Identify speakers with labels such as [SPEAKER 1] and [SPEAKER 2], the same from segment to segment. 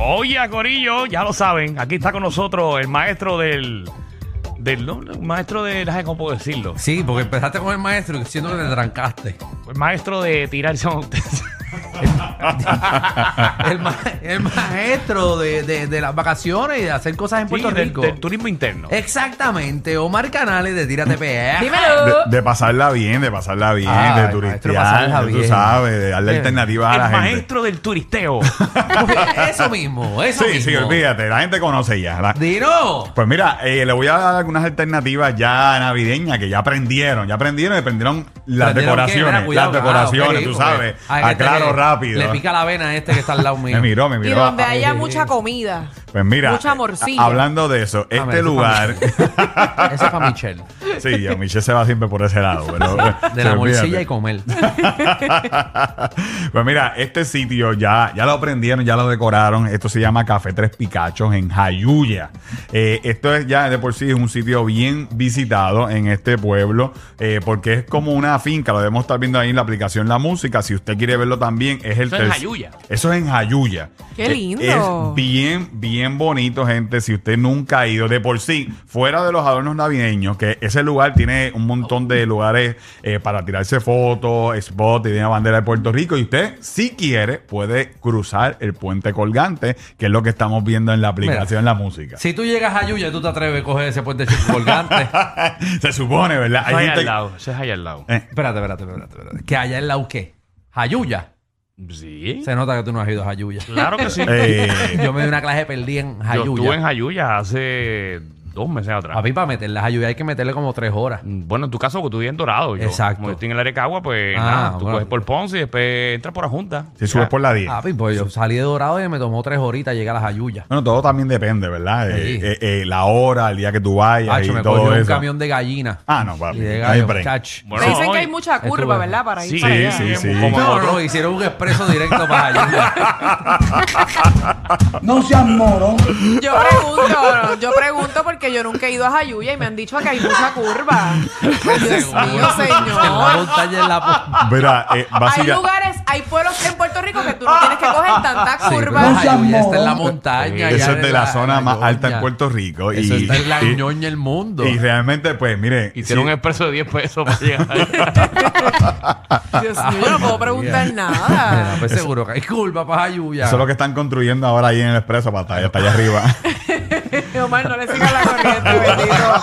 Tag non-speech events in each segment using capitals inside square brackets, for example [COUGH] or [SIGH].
[SPEAKER 1] Oye, a Corillo, ya lo saben, aquí está con nosotros el maestro del. del no, no, maestro de. ay, ¿Cómo puedo decirlo?
[SPEAKER 2] Sí, porque empezaste con el maestro y siento que te trancaste.
[SPEAKER 1] El maestro de tirarse a [LAUGHS] ustedes.
[SPEAKER 2] El, ma- el maestro de, de- de las vacaciones y de hacer cosas en Puerto
[SPEAKER 1] Sí, del,
[SPEAKER 2] Rico. Eh,
[SPEAKER 1] del turismo interno.
[SPEAKER 2] Exactamente, Omar Canales de Tírate PR. [LAUGHS]
[SPEAKER 3] De,
[SPEAKER 4] Dímelo.
[SPEAKER 3] de pasarla bien, de pasarla bien,
[SPEAKER 2] Ay,
[SPEAKER 3] de
[SPEAKER 2] maestro, Ah, pasarla
[SPEAKER 3] turistear, de- tú
[SPEAKER 2] bien.
[SPEAKER 3] sabes, de darle
[SPEAKER 2] Bien.
[SPEAKER 3] alternativas a
[SPEAKER 1] el
[SPEAKER 3] la gente.
[SPEAKER 1] maestro del
[SPEAKER 3] [LAUGHS]
[SPEAKER 1] turisteo.
[SPEAKER 2] Eso mismo, eso
[SPEAKER 3] Sí,
[SPEAKER 2] mismo.
[SPEAKER 3] sí, olvídate, la gente conoce ya. la-
[SPEAKER 2] Dino.
[SPEAKER 3] Pues mira, eh, le voy a dar algunas alternativas ya navideñas que ya aprendieron, ya aprendieron y aprendieron las
[SPEAKER 2] ¿Prendieron qué? Mira,
[SPEAKER 3] decoraciones,
[SPEAKER 2] cuidado.
[SPEAKER 3] las
[SPEAKER 2] Ah, ok,
[SPEAKER 3] decoraciones, tú
[SPEAKER 2] ok.
[SPEAKER 3] sabes.
[SPEAKER 2] Ay, que este
[SPEAKER 3] Aclaro
[SPEAKER 2] le-
[SPEAKER 3] rápido.
[SPEAKER 2] Le pica la vena a este que está al
[SPEAKER 3] [LAUGHS]
[SPEAKER 2] lado mío.
[SPEAKER 3] Me miró, me
[SPEAKER 4] Y
[SPEAKER 3] miró.
[SPEAKER 4] donde
[SPEAKER 3] Ah,
[SPEAKER 4] haya mucha comida.
[SPEAKER 3] Pues mira,
[SPEAKER 4] mucha
[SPEAKER 3] eh,
[SPEAKER 4] morcilla.
[SPEAKER 3] a- hablando de eso,
[SPEAKER 2] Dame,
[SPEAKER 3] este
[SPEAKER 2] eso
[SPEAKER 3] lugar,
[SPEAKER 2] Eso es para Michelle.
[SPEAKER 3] [LAUGHS] sí, ya Michelle se va siempre por
[SPEAKER 2] [LAUGHS]
[SPEAKER 3] ese lado, pero
[SPEAKER 2] De la
[SPEAKER 3] olvídate.
[SPEAKER 2] morcilla y comer.
[SPEAKER 3] pues mira, este sitio ya, ya lo aprendieron, ya lo decoraron. Esto se llama Café Tres Picachos en Jayuya. Eh, esto es ya de por sí es un sitio bien visitado en este pueblo eh, porque es como una finca. Lo debemos estar viendo ahí en la aplicación La Música. Si usted quiere verlo también, es el
[SPEAKER 1] Eso en
[SPEAKER 3] terc-
[SPEAKER 1] Jayuya.
[SPEAKER 3] Eso es en Jayuya.
[SPEAKER 4] Qué
[SPEAKER 3] Eh,
[SPEAKER 4] lindo.
[SPEAKER 3] Es bien, bien bonito, gente. Si usted nunca ha ido, de por sí, fuera de los adornos navideños, que ese lugar tiene un montón de lugares eh, para tirarse fotos, spot, y tiene la bandera de Puerto Rico. Y usted, si quiere, puede cruzar el puente colgante, que es lo que estamos viendo en la aplicación La Música.
[SPEAKER 2] Si tú llegas a Yuya, tú te atreves a coger ese puente chico colgante.
[SPEAKER 3] [LAUGHS] Se supone, ¿verdad?
[SPEAKER 1] Eso es allá
[SPEAKER 3] gente-
[SPEAKER 1] al lado. Eso es allá al lado.
[SPEAKER 3] Eh.
[SPEAKER 2] espérate, espérate, espérate, espérate. Que allá en la UQ. Jayuya.
[SPEAKER 1] Sí.
[SPEAKER 2] Se nota que tú no has ido a Jayuya.
[SPEAKER 1] Claro que sí.
[SPEAKER 2] [LAUGHS]
[SPEAKER 3] Eh,
[SPEAKER 2] Yo me di una clase perdida en
[SPEAKER 1] Yo estuve en
[SPEAKER 2] Jayuya.
[SPEAKER 1] Jayuya hace dos meses atrás.
[SPEAKER 2] Papi, para meterla a Jayuya hay que meterle como tres horas.
[SPEAKER 1] Bueno, en tu caso, porque tú vives en Dorado. Yo,
[SPEAKER 2] Exacto.
[SPEAKER 1] Como yo estoy en el Arecagua, pues
[SPEAKER 2] Ah,
[SPEAKER 1] nada, tú
[SPEAKER 2] bueno.
[SPEAKER 1] coges por Ponce y después entras por la Junta. Ah,
[SPEAKER 3] si subes por la 10.
[SPEAKER 2] Papi, pues yo salí de Dorado y me tomó tres horitas llegar a la Jayuya.
[SPEAKER 3] Bueno, todo también depende, ¿verdad? Eh,
[SPEAKER 2] Sí.
[SPEAKER 3] eh, eh, la hora, el día que tú vayas
[SPEAKER 2] Hacho,
[SPEAKER 3] y
[SPEAKER 2] me
[SPEAKER 3] todo
[SPEAKER 2] cogió un
[SPEAKER 3] eso.
[SPEAKER 2] camión de gallina.
[SPEAKER 3] Ah, no, papi.
[SPEAKER 2] Y de
[SPEAKER 3] no hay
[SPEAKER 2] gallo,
[SPEAKER 3] break.
[SPEAKER 2] muchacho.
[SPEAKER 1] Bueno,
[SPEAKER 4] Me dicen
[SPEAKER 1] hoy-
[SPEAKER 4] que hay mucha
[SPEAKER 2] estuve-
[SPEAKER 4] curva, ¿verdad? Para ir
[SPEAKER 1] Sí,
[SPEAKER 4] para allá.
[SPEAKER 3] sí, sí.
[SPEAKER 1] Como
[SPEAKER 2] No,
[SPEAKER 1] otro-
[SPEAKER 2] no, hicieron un expreso directo para Jayuya.
[SPEAKER 5] No seas moro.
[SPEAKER 4] [LAUGHS] Yo pregunto, yo pregunto porque yo nunca he ido a Jayuya y me han dicho que hay mucha curva. Pues, Dios mío,
[SPEAKER 2] En la
[SPEAKER 4] señor.
[SPEAKER 2] montaña, en la po-
[SPEAKER 3] Verá,
[SPEAKER 2] [LAUGHS]
[SPEAKER 3] eh,
[SPEAKER 4] Hay
[SPEAKER 3] básica-
[SPEAKER 4] lugares, hay pueblos en Puerto Rico que tú no tienes que coger tanta
[SPEAKER 2] Sí, pero
[SPEAKER 4] curva.
[SPEAKER 5] seas
[SPEAKER 2] Jayuya está en la
[SPEAKER 5] morón.
[SPEAKER 2] montaña.
[SPEAKER 3] Eso
[SPEAKER 2] allá
[SPEAKER 3] es de la zona más
[SPEAKER 2] ñoña.
[SPEAKER 3] alta en Puerto Rico. Y,
[SPEAKER 2] Eso está en la
[SPEAKER 3] y-
[SPEAKER 2] ñoña del mundo.
[SPEAKER 3] y realmente, pues, mire.
[SPEAKER 1] Y tiene
[SPEAKER 3] sí,
[SPEAKER 1] un expreso de 10 pesos para
[SPEAKER 3] [LAUGHS]
[SPEAKER 1] llegar.
[SPEAKER 4] Dios mío, yo no puedo preguntar
[SPEAKER 2] Mira,
[SPEAKER 4] nada.
[SPEAKER 3] [LAUGHS]
[SPEAKER 2] pues seguro que hay curva para Jayuya.
[SPEAKER 3] eso es lo que están construyendo ahora ahí en el expreso para allá, hasta allá arriba. [LAUGHS]
[SPEAKER 4] Omar, no le sigas la corriente, bendito.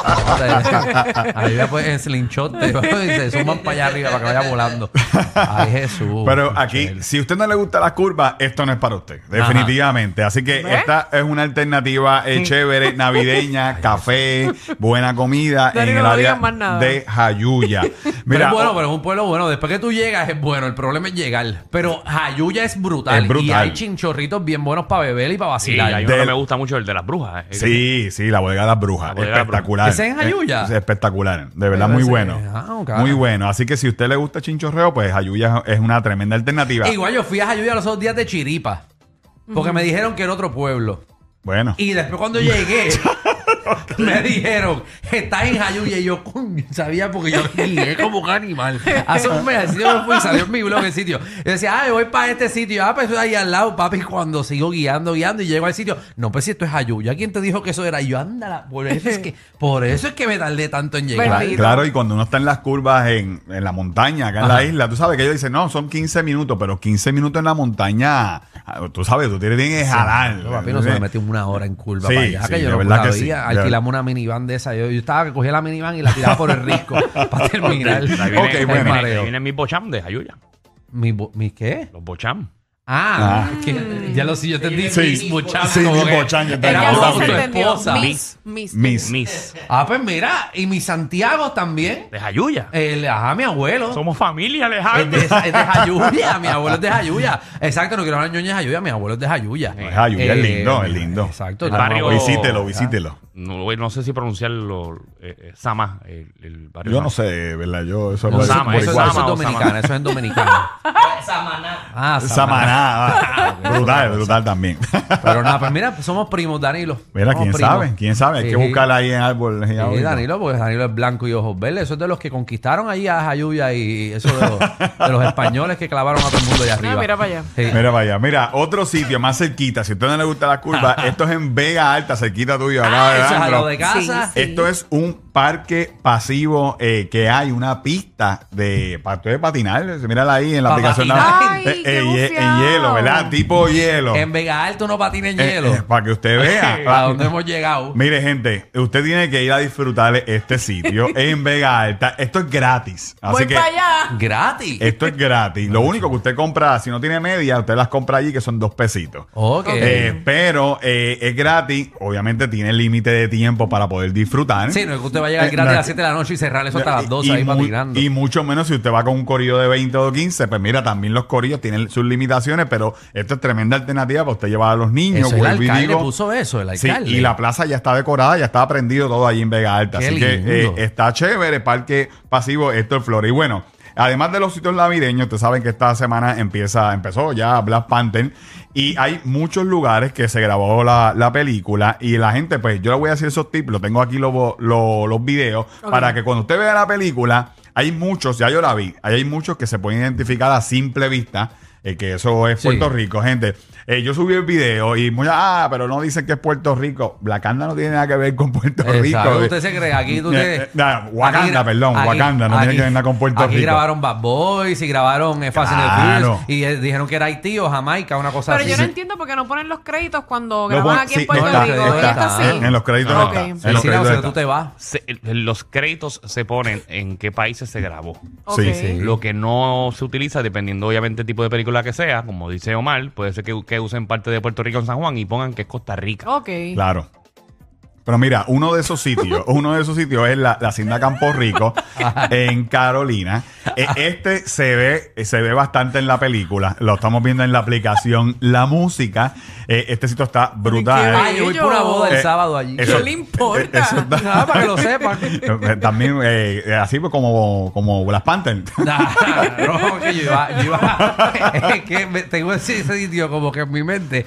[SPEAKER 2] Ahí va pues en slingshot te- y se suman para allá arriba para que vaya volando. Ay, Jesús.
[SPEAKER 3] Pero aquí,
[SPEAKER 2] Michelle.
[SPEAKER 3] si usted no le gusta las curvas, esto no es para usted. Definitivamente. Así que
[SPEAKER 4] ¿Ve?
[SPEAKER 3] esta es una alternativa eh,
[SPEAKER 4] [LAUGHS]
[SPEAKER 3] chévere, navideña, café, buena comida
[SPEAKER 4] Dale,
[SPEAKER 3] en
[SPEAKER 4] que
[SPEAKER 3] el
[SPEAKER 4] no
[SPEAKER 3] área
[SPEAKER 4] digan más nada.
[SPEAKER 3] de Jayuya.
[SPEAKER 2] Pero
[SPEAKER 3] Mira,
[SPEAKER 2] es
[SPEAKER 3] oh.
[SPEAKER 2] bueno, pero es un pueblo bueno. Después que tú llegas es bueno. El problema es llegar. Pero Jayuya es brutal.
[SPEAKER 3] Es brutal.
[SPEAKER 2] Y hay chinchorritos bien buenos para beber y para
[SPEAKER 1] Sí,
[SPEAKER 2] vacilar.
[SPEAKER 1] hay uno que me gusta mucho, el de las brujas. eh.
[SPEAKER 3] Sí, sí, la bodega de las brujas.
[SPEAKER 1] La bodega de las
[SPEAKER 3] espectacular.
[SPEAKER 2] brujas. ¿Ese es en Jayuya?
[SPEAKER 3] Es, es espectacular. De verdad,
[SPEAKER 2] Pero
[SPEAKER 3] muy
[SPEAKER 2] ese-
[SPEAKER 3] bueno.
[SPEAKER 2] Ah, ok.
[SPEAKER 3] Muy bueno. Así que si a usted le gusta chinchorreo, pues Jayuya es una tremenda alternativa.
[SPEAKER 2] Igual yo fui a Jayuya los otros días de Chiripa. Porque me dijeron que era otro pueblo.
[SPEAKER 3] Bueno.
[SPEAKER 2] Y después cuando
[SPEAKER 3] [LAUGHS]
[SPEAKER 2] llegué, me dijeron, estás en Jayuya. Y yo, coño, sabía porque yo llegué como un animal. Hace un mes, así yo me fui, salió en mi blog el sitio. Yo decía, ah, yo voy para este sitio. Y yo, Ah, pues eso es ahí al lado, papi. Y Cuando sigo guiando, guiando y llego al sitio, no, pues si esto es Jayuya. ¿Quién te dijo que eso era? Y yo, ándala, por eso es
[SPEAKER 3] [LAUGHS]
[SPEAKER 2] que, por eso es que me tardé tanto en llegar.
[SPEAKER 4] Bendito.
[SPEAKER 3] Cla- Claro, y cuando uno está en las curvas en, en la montaña, acá en la isla, tú sabes que ellos dicen, no, son 15 minutos, pero 15 minutos en la montaña, ah, tú sabes, tú tienes que jalar.
[SPEAKER 2] No, papi, no se me metió una hora en curva
[SPEAKER 3] Sí,
[SPEAKER 2] para allá.
[SPEAKER 3] sí,
[SPEAKER 2] que yo
[SPEAKER 3] de
[SPEAKER 2] no
[SPEAKER 3] verdad que
[SPEAKER 2] sabía.
[SPEAKER 3] sí, de
[SPEAKER 2] Alquilamos una minivan de esa. Yo, yo estaba que cogía la minivan y la tiraba por el risco [LAUGHS] para terminar.
[SPEAKER 1] Ahí viene,
[SPEAKER 3] Ok,
[SPEAKER 1] ahí
[SPEAKER 3] bueno.
[SPEAKER 1] viene-
[SPEAKER 2] mareo.
[SPEAKER 1] ahí vienen mis bocham de Jayuya.
[SPEAKER 2] ¿Mi, bo- mi qué?
[SPEAKER 1] Los bocham.
[SPEAKER 2] Ah, que- ya lo sé, yo entendí.
[SPEAKER 3] Sí.
[SPEAKER 2] Miss Bocham,
[SPEAKER 3] Sí,
[SPEAKER 2] como
[SPEAKER 3] Miss
[SPEAKER 2] que
[SPEAKER 3] Bocham, yo
[SPEAKER 2] era
[SPEAKER 3] también.
[SPEAKER 4] Ella
[SPEAKER 3] Yo
[SPEAKER 2] como
[SPEAKER 4] no
[SPEAKER 2] su
[SPEAKER 4] se
[SPEAKER 3] también.
[SPEAKER 4] entendió.
[SPEAKER 2] esposa.
[SPEAKER 4] Miss, miss.
[SPEAKER 3] Mis.
[SPEAKER 1] Mis.
[SPEAKER 2] Ah, pues mira, y mi Santiago también.
[SPEAKER 1] De Jayuya.
[SPEAKER 2] El, ajá, mi abuelo.
[SPEAKER 1] Somos familia,
[SPEAKER 2] Es de,
[SPEAKER 1] Alejandro.
[SPEAKER 2] es de Jayuya, mi abuelo es de Jayuya. Exacto, no quiero hablar ñoña de Jayuya, mi abuelo es de Jayuya.
[SPEAKER 3] Pues, Es Jayuya, es lindo, es lindo.
[SPEAKER 2] Eh, Exacto. Ah.
[SPEAKER 1] El
[SPEAKER 2] tenemos
[SPEAKER 1] barrio-
[SPEAKER 2] abuelo-
[SPEAKER 3] Visítelo, visítelo.
[SPEAKER 1] no, no sé si pronunciarlo, eh, eh, Sama, el, el barrio.
[SPEAKER 3] Yo
[SPEAKER 1] Sama.
[SPEAKER 3] no sé, ¿verdad? Yo, eso
[SPEAKER 1] No,
[SPEAKER 3] es-
[SPEAKER 1] Sama,
[SPEAKER 3] es-
[SPEAKER 2] eso,
[SPEAKER 1] Sama,
[SPEAKER 2] eso es
[SPEAKER 1] Osama.
[SPEAKER 2] dominicana, eso es en
[SPEAKER 3] [LAUGHS]
[SPEAKER 2] dominicana.
[SPEAKER 5] Samaná.
[SPEAKER 2] Ah, Samaná. [LAUGHS]
[SPEAKER 3] Samaná. ah, brutal, brutal también.
[SPEAKER 2] Pero nada, pues mira, somos primos, Danilo.
[SPEAKER 3] Mira,
[SPEAKER 2] Somos
[SPEAKER 3] quién
[SPEAKER 2] primos.
[SPEAKER 3] sabe, quién sabe. Hay que
[SPEAKER 2] Sí.
[SPEAKER 3] buscarla ahí en árbol.
[SPEAKER 2] Sí, Danilo, porque Danilo es blanco y ojos verdes. Eso es de los que conquistaron ahí a Jayuya y eso de los, de los españoles que clavaron a todo el mundo allá arriba.
[SPEAKER 4] Ah, mira para allá.
[SPEAKER 2] Sí.
[SPEAKER 3] Mira vaya, mira, otro sitio más cerquita, si a usted no le gusta
[SPEAKER 2] [LAUGHS]
[SPEAKER 3] la curva, esto es en Vega Alta, cerquita tuyo. acá,
[SPEAKER 2] Ah, eso es a
[SPEAKER 3] Alejandro.
[SPEAKER 2] lo de casa.
[SPEAKER 4] Sí, sí.
[SPEAKER 3] Esto es un parque pasivo eh, que hay, una pista de, pa- tú puedes patinar. eh, Mírala ahí en la Eh,
[SPEAKER 2] Pa'
[SPEAKER 3] aplicación.
[SPEAKER 2] patinar.
[SPEAKER 4] Ay, qué
[SPEAKER 3] en hie- en
[SPEAKER 4] bufiao.
[SPEAKER 3] hielo, ¿verdad? Tipo hielo.
[SPEAKER 2] En Vega Alto no patina en hielo.
[SPEAKER 3] para Eh,
[SPEAKER 2] [LAUGHS]
[SPEAKER 3] que usted
[SPEAKER 2] ¿A
[SPEAKER 3] vea.
[SPEAKER 2] dónde hemos llegado?
[SPEAKER 3] Mire, gente, usted tiene que ir a disfrutar
[SPEAKER 2] [LAUGHS]
[SPEAKER 3] este sitio en Vega Alta. Esto es gratis. Así
[SPEAKER 4] Voy
[SPEAKER 3] que
[SPEAKER 4] para allá.
[SPEAKER 2] Gratis.
[SPEAKER 3] esto es gratis. Lo único que usted compra, si no tiene media, usted las compra allí, que son dos pesitos.
[SPEAKER 2] Ok.
[SPEAKER 3] Eh, pero eh, es gratis, obviamente tiene límite de tiempo para poder disfrutar.
[SPEAKER 2] sí, no es que usted va a llegar
[SPEAKER 3] eh,
[SPEAKER 2] gratis a
[SPEAKER 3] la-
[SPEAKER 2] las 7 de la noche y cerrar eso hasta las 12
[SPEAKER 3] y
[SPEAKER 2] ahí
[SPEAKER 3] mu-
[SPEAKER 2] patinando.
[SPEAKER 3] y mucho menos si usted va con un corillo de 20 o 15, pues mira, también los corillos tienen sus limitaciones, pero esto es tremenda alternativa para usted llevar a los niños.
[SPEAKER 2] Eso, el
[SPEAKER 3] vuelvo y
[SPEAKER 2] alcalde
[SPEAKER 3] digo-
[SPEAKER 2] puso eso, el
[SPEAKER 3] Sí,
[SPEAKER 2] alcalde.
[SPEAKER 3] y la plaza ya está decorada, ya está prendido todo ahí en Vega Alta.
[SPEAKER 2] Qué
[SPEAKER 3] así
[SPEAKER 2] lindo.
[SPEAKER 3] que eh, está chévere el parque pasivo Héctor Flores. Y bueno, además de los sitios navideños, ustedes saben que esta semana empieza, empezó ya Black Panther. Y hay muchos lugares que se grabó la, la película. Y la gente, pues yo le voy a decir esos tips, lo tengo aquí los, los- los videos, para que cuando usted vea la película, hay muchos, ya yo la vi, ahí hay muchos que se pueden identificar a simple vista. eh, que eso es
[SPEAKER 2] Sí.
[SPEAKER 3] Puerto Rico, gente. Eh, yo subí el video y muchas, ah, pero no dicen que es Puerto Rico. Blacanda no tiene nada que ver con Puerto
[SPEAKER 2] Exacto.
[SPEAKER 3] Rico.
[SPEAKER 2] Usted se cree, aquí tú
[SPEAKER 3] Eh,
[SPEAKER 2] te...
[SPEAKER 3] eh, nah, Wakanda,
[SPEAKER 2] aquí-
[SPEAKER 3] perdón,
[SPEAKER 2] aquí-
[SPEAKER 3] Wakanda, no tiene
[SPEAKER 2] aquí-
[SPEAKER 3] que ver nada con Puerto
[SPEAKER 2] Aquí
[SPEAKER 3] Rico.
[SPEAKER 2] grabaron Bad Boys y grabaron eh, Fast and the
[SPEAKER 3] Claro.
[SPEAKER 2] Furious y eh, dijeron que era Haití o Jamaica, una cosa
[SPEAKER 4] Pero
[SPEAKER 2] así.
[SPEAKER 4] yo no entiendo por qué no ponen los créditos cuando
[SPEAKER 3] Lo
[SPEAKER 4] graban
[SPEAKER 3] pon-
[SPEAKER 4] aquí
[SPEAKER 3] sí,
[SPEAKER 4] en Puerto
[SPEAKER 2] está,
[SPEAKER 4] Rico.
[SPEAKER 2] está,
[SPEAKER 4] Esto sí.
[SPEAKER 3] En, en los créditos
[SPEAKER 4] Ok.
[SPEAKER 3] está.
[SPEAKER 2] Sí,
[SPEAKER 3] En los
[SPEAKER 2] sí, no,
[SPEAKER 3] créditos
[SPEAKER 2] o sea,
[SPEAKER 3] está.
[SPEAKER 2] tú te vas.
[SPEAKER 1] Se- los créditos se ponen en qué países se grabó.
[SPEAKER 4] Ok.
[SPEAKER 3] Sí, sí.
[SPEAKER 1] Lo que no se utiliza, dependiendo obviamente del tipo de película que sea, como dice Omar, puede ser que, que usen parte de Puerto Rico en San Juan y pongan que es Costa Rica.
[SPEAKER 4] Ok.
[SPEAKER 3] Claro. Pero mira, uno de esos sitios, [LAUGHS] uno de esos sitios es la, la hacienda Campo
[SPEAKER 2] [LAUGHS]
[SPEAKER 3] Rico en Carolina. Eh, Este se ve, eh, se ve bastante en la película. Lo estamos viendo en la aplicación La Música. Eh, Este sitio está brutal.
[SPEAKER 2] Ay, yo voy por una boda el
[SPEAKER 3] Eh,
[SPEAKER 2] sábado allí.
[SPEAKER 3] eso-
[SPEAKER 4] ¿Qué le importa?
[SPEAKER 3] eh, eso [LAUGHS] está-
[SPEAKER 2] Nada, para que lo sepan. [LAUGHS]
[SPEAKER 3] Eh, [LAUGHS] También eh, eh, así pues, como, como Black Panther.
[SPEAKER 2] Nah, no, que yo iba, yo iba- [LAUGHS] es que me- tengo ese, ese sitio como que en mi mente,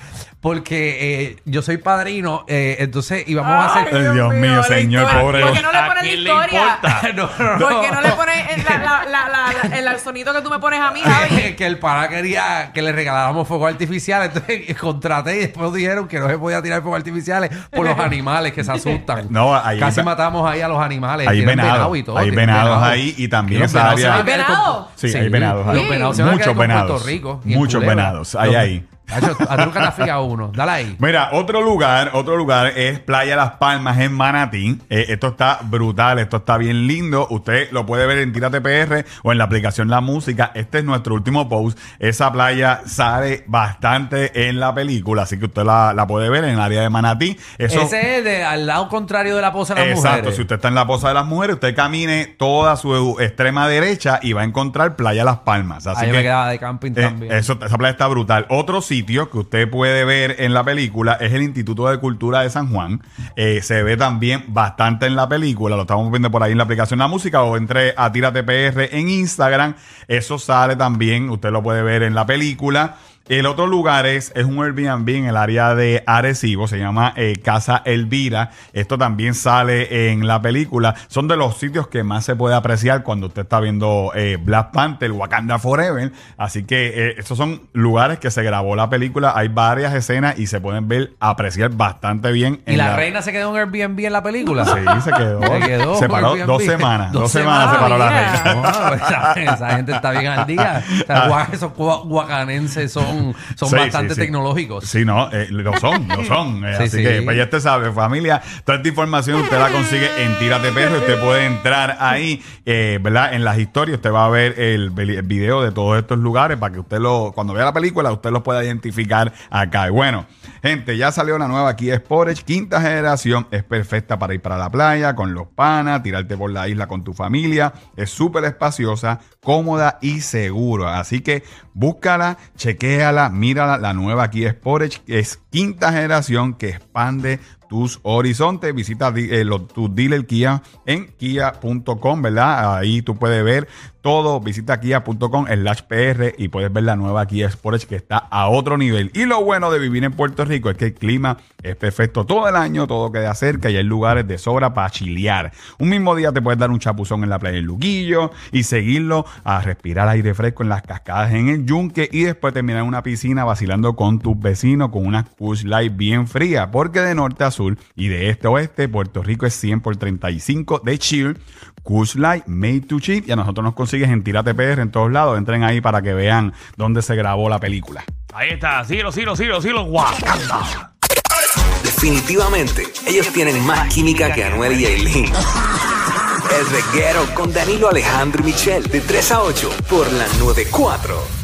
[SPEAKER 2] porque eh, yo soy padrino, eh, entonces íbamos a
[SPEAKER 4] Ay,
[SPEAKER 2] hacer...
[SPEAKER 3] Dios mío,
[SPEAKER 4] la
[SPEAKER 3] señor,
[SPEAKER 4] historia.
[SPEAKER 3] pobre.
[SPEAKER 4] ¿Por qué no le
[SPEAKER 1] ¿A
[SPEAKER 4] ponen la
[SPEAKER 1] quién le
[SPEAKER 4] historia?
[SPEAKER 1] importa?
[SPEAKER 2] No, no, no.
[SPEAKER 4] ¿Por qué [LAUGHS] no le pones el, la- la- la- la- la- el- el sonido que tú me pones a mí, Javi?
[SPEAKER 2] [LAUGHS] que el pana quería que le regaláramos fuegos artificiales, entonces [LAUGHS] contraté y después dijeron que no se podía tirar fuegos artificiales por los animales que se asustan.
[SPEAKER 3] No, ahí-
[SPEAKER 2] Casi matamos ahí a los animales.
[SPEAKER 3] Hay
[SPEAKER 2] Tienen
[SPEAKER 3] venados,
[SPEAKER 2] y todo,
[SPEAKER 3] hay
[SPEAKER 2] tienen
[SPEAKER 3] venados ahí y también
[SPEAKER 2] Que los
[SPEAKER 3] esa
[SPEAKER 2] venados
[SPEAKER 3] área-
[SPEAKER 2] se van a
[SPEAKER 4] ¿Hay
[SPEAKER 2] quedar
[SPEAKER 4] venados?
[SPEAKER 2] con-
[SPEAKER 3] Sí, hay venados ahí.
[SPEAKER 2] Los venados se van a
[SPEAKER 3] Muchos
[SPEAKER 2] quedar con
[SPEAKER 3] venados.
[SPEAKER 2] Puerto Rico y en
[SPEAKER 3] Muchos
[SPEAKER 2] Culebra.
[SPEAKER 3] venados. Ahí,
[SPEAKER 2] Los-
[SPEAKER 3] ahí.
[SPEAKER 2] Hacho, A tú que
[SPEAKER 3] [LAUGHS]
[SPEAKER 2] te has fijado uno. Dale ahí.
[SPEAKER 3] Mira, otro lugar, otro lugar es Playa Las Palmas en Manatí. Eh, esto está brutal, esto está bien lindo. Usted lo puede ver en Tírate PR o en la aplicación La Música. Este es nuestro último post. Esa playa sale bastante en la película, así que usted la, la puede ver en el área de Manatí. Eso,
[SPEAKER 2] Ese es de, al lado contrario de la pose de las
[SPEAKER 3] Exacto,
[SPEAKER 2] mujeres.
[SPEAKER 3] si usted está en la posa de las mujeres, usted camine toda su extrema derecha y va a encontrar Playa Las Palmas. Así
[SPEAKER 2] Ahí
[SPEAKER 3] que
[SPEAKER 2] me quedaba de camping
[SPEAKER 3] eh,
[SPEAKER 2] también.
[SPEAKER 3] eso- esa playa está brutal. Otro sitio que usted puede ver en la película es el Instituto de Cultura de San Juan. Eh, se ve también bastante en la película. Lo estamos viendo por ahí en la aplicación La Música o entre a Tírate PR en Instagram. Eso sale también. Usted lo puede ver en la película. El otro lugar es, es un Airbnb en el área de Arecibo, se llama eh, Casa Elvira. Esto también sale en la película. Son de los sitios que más se puede apreciar cuando usted está viendo eh, Black Panther, Wakanda Forever. Así que eh, estos son lugares que se grabó la película. Hay varias escenas y se pueden ver, apreciar bastante bien.
[SPEAKER 2] y
[SPEAKER 3] en
[SPEAKER 2] la, reina se quedó en Airbnb en la película.
[SPEAKER 3] Sí, se quedó.
[SPEAKER 2] [LAUGHS] Se quedó.
[SPEAKER 3] Se paró
[SPEAKER 2] Airbnb.
[SPEAKER 3] dos semanas. Dos,
[SPEAKER 2] Dos
[SPEAKER 3] semanas, se
[SPEAKER 4] semanas,
[SPEAKER 3] paró la reina.
[SPEAKER 4] mira.
[SPEAKER 2] No, [LAUGHS] esa, esa gente está bien al día. O sea, gua- esos gua- guacanenses son, son
[SPEAKER 3] Ah. Sí,
[SPEAKER 2] bastante
[SPEAKER 3] sí, sí.
[SPEAKER 2] tecnológicos.
[SPEAKER 3] Sí, no, eh, lo son,
[SPEAKER 2] [LAUGHS]
[SPEAKER 3] lo son. eh,
[SPEAKER 2] Sí,
[SPEAKER 3] así
[SPEAKER 2] sí.
[SPEAKER 3] que, pues ya usted sabe, familia, toda esta información usted la consigue en Tírate Perro. Usted puede entrar ahí, eh, ¿verdad? En las historias, usted va a ver el, veli- el video de todos estos lugares para que usted lo, cuando vea la película, usted los pueda identificar acá. Y bueno, gente, ya salió la nueva Kia Sportage, quinta generación, es perfecta para ir para la playa con los panas, tirarte por la isla con tu familia. Es súper espaciosa, cómoda y segura. Así que búscala, chequéala, mírala. La nueva Kia Sportage es quinta generación que expande tus horizontes. Visita di- eh, lo- tu dealer Kia en kia.com, ¿verdad? Ahí tú puedes ver todo. Visita kia.com, el Lash PR y puedes ver la nueva Kia Sportage que está a otro nivel. Y lo bueno de vivir en Puerto Rico es que el clima es perfecto todo el año, todo queda cerca y hay lugares de sobra para chilear. Un mismo día te puedes dar un chapuzón en la playa del Luquillo y seguirlo a respirar aire fresco en las cascadas en el yunque y después terminar en una piscina vacilando con tus vecinos con una push light bien fría. Porque de norte a sur y de este a oeste, Puerto Rico es 100 por 35 de chill. Kush Light, Made to Chill y a nosotros nos consigues en Tírate PR en todos lados. Entren ahí para que vean dónde se grabó la película.
[SPEAKER 1] Ahí está, Silo, Silo, Silo, Silo, Wakanda.
[SPEAKER 5] Definitivamente, ellos tienen más química que Anuel y Aileen. El reguero con Danilo Alejandro y Michel de 3 a 8 por la 94. 4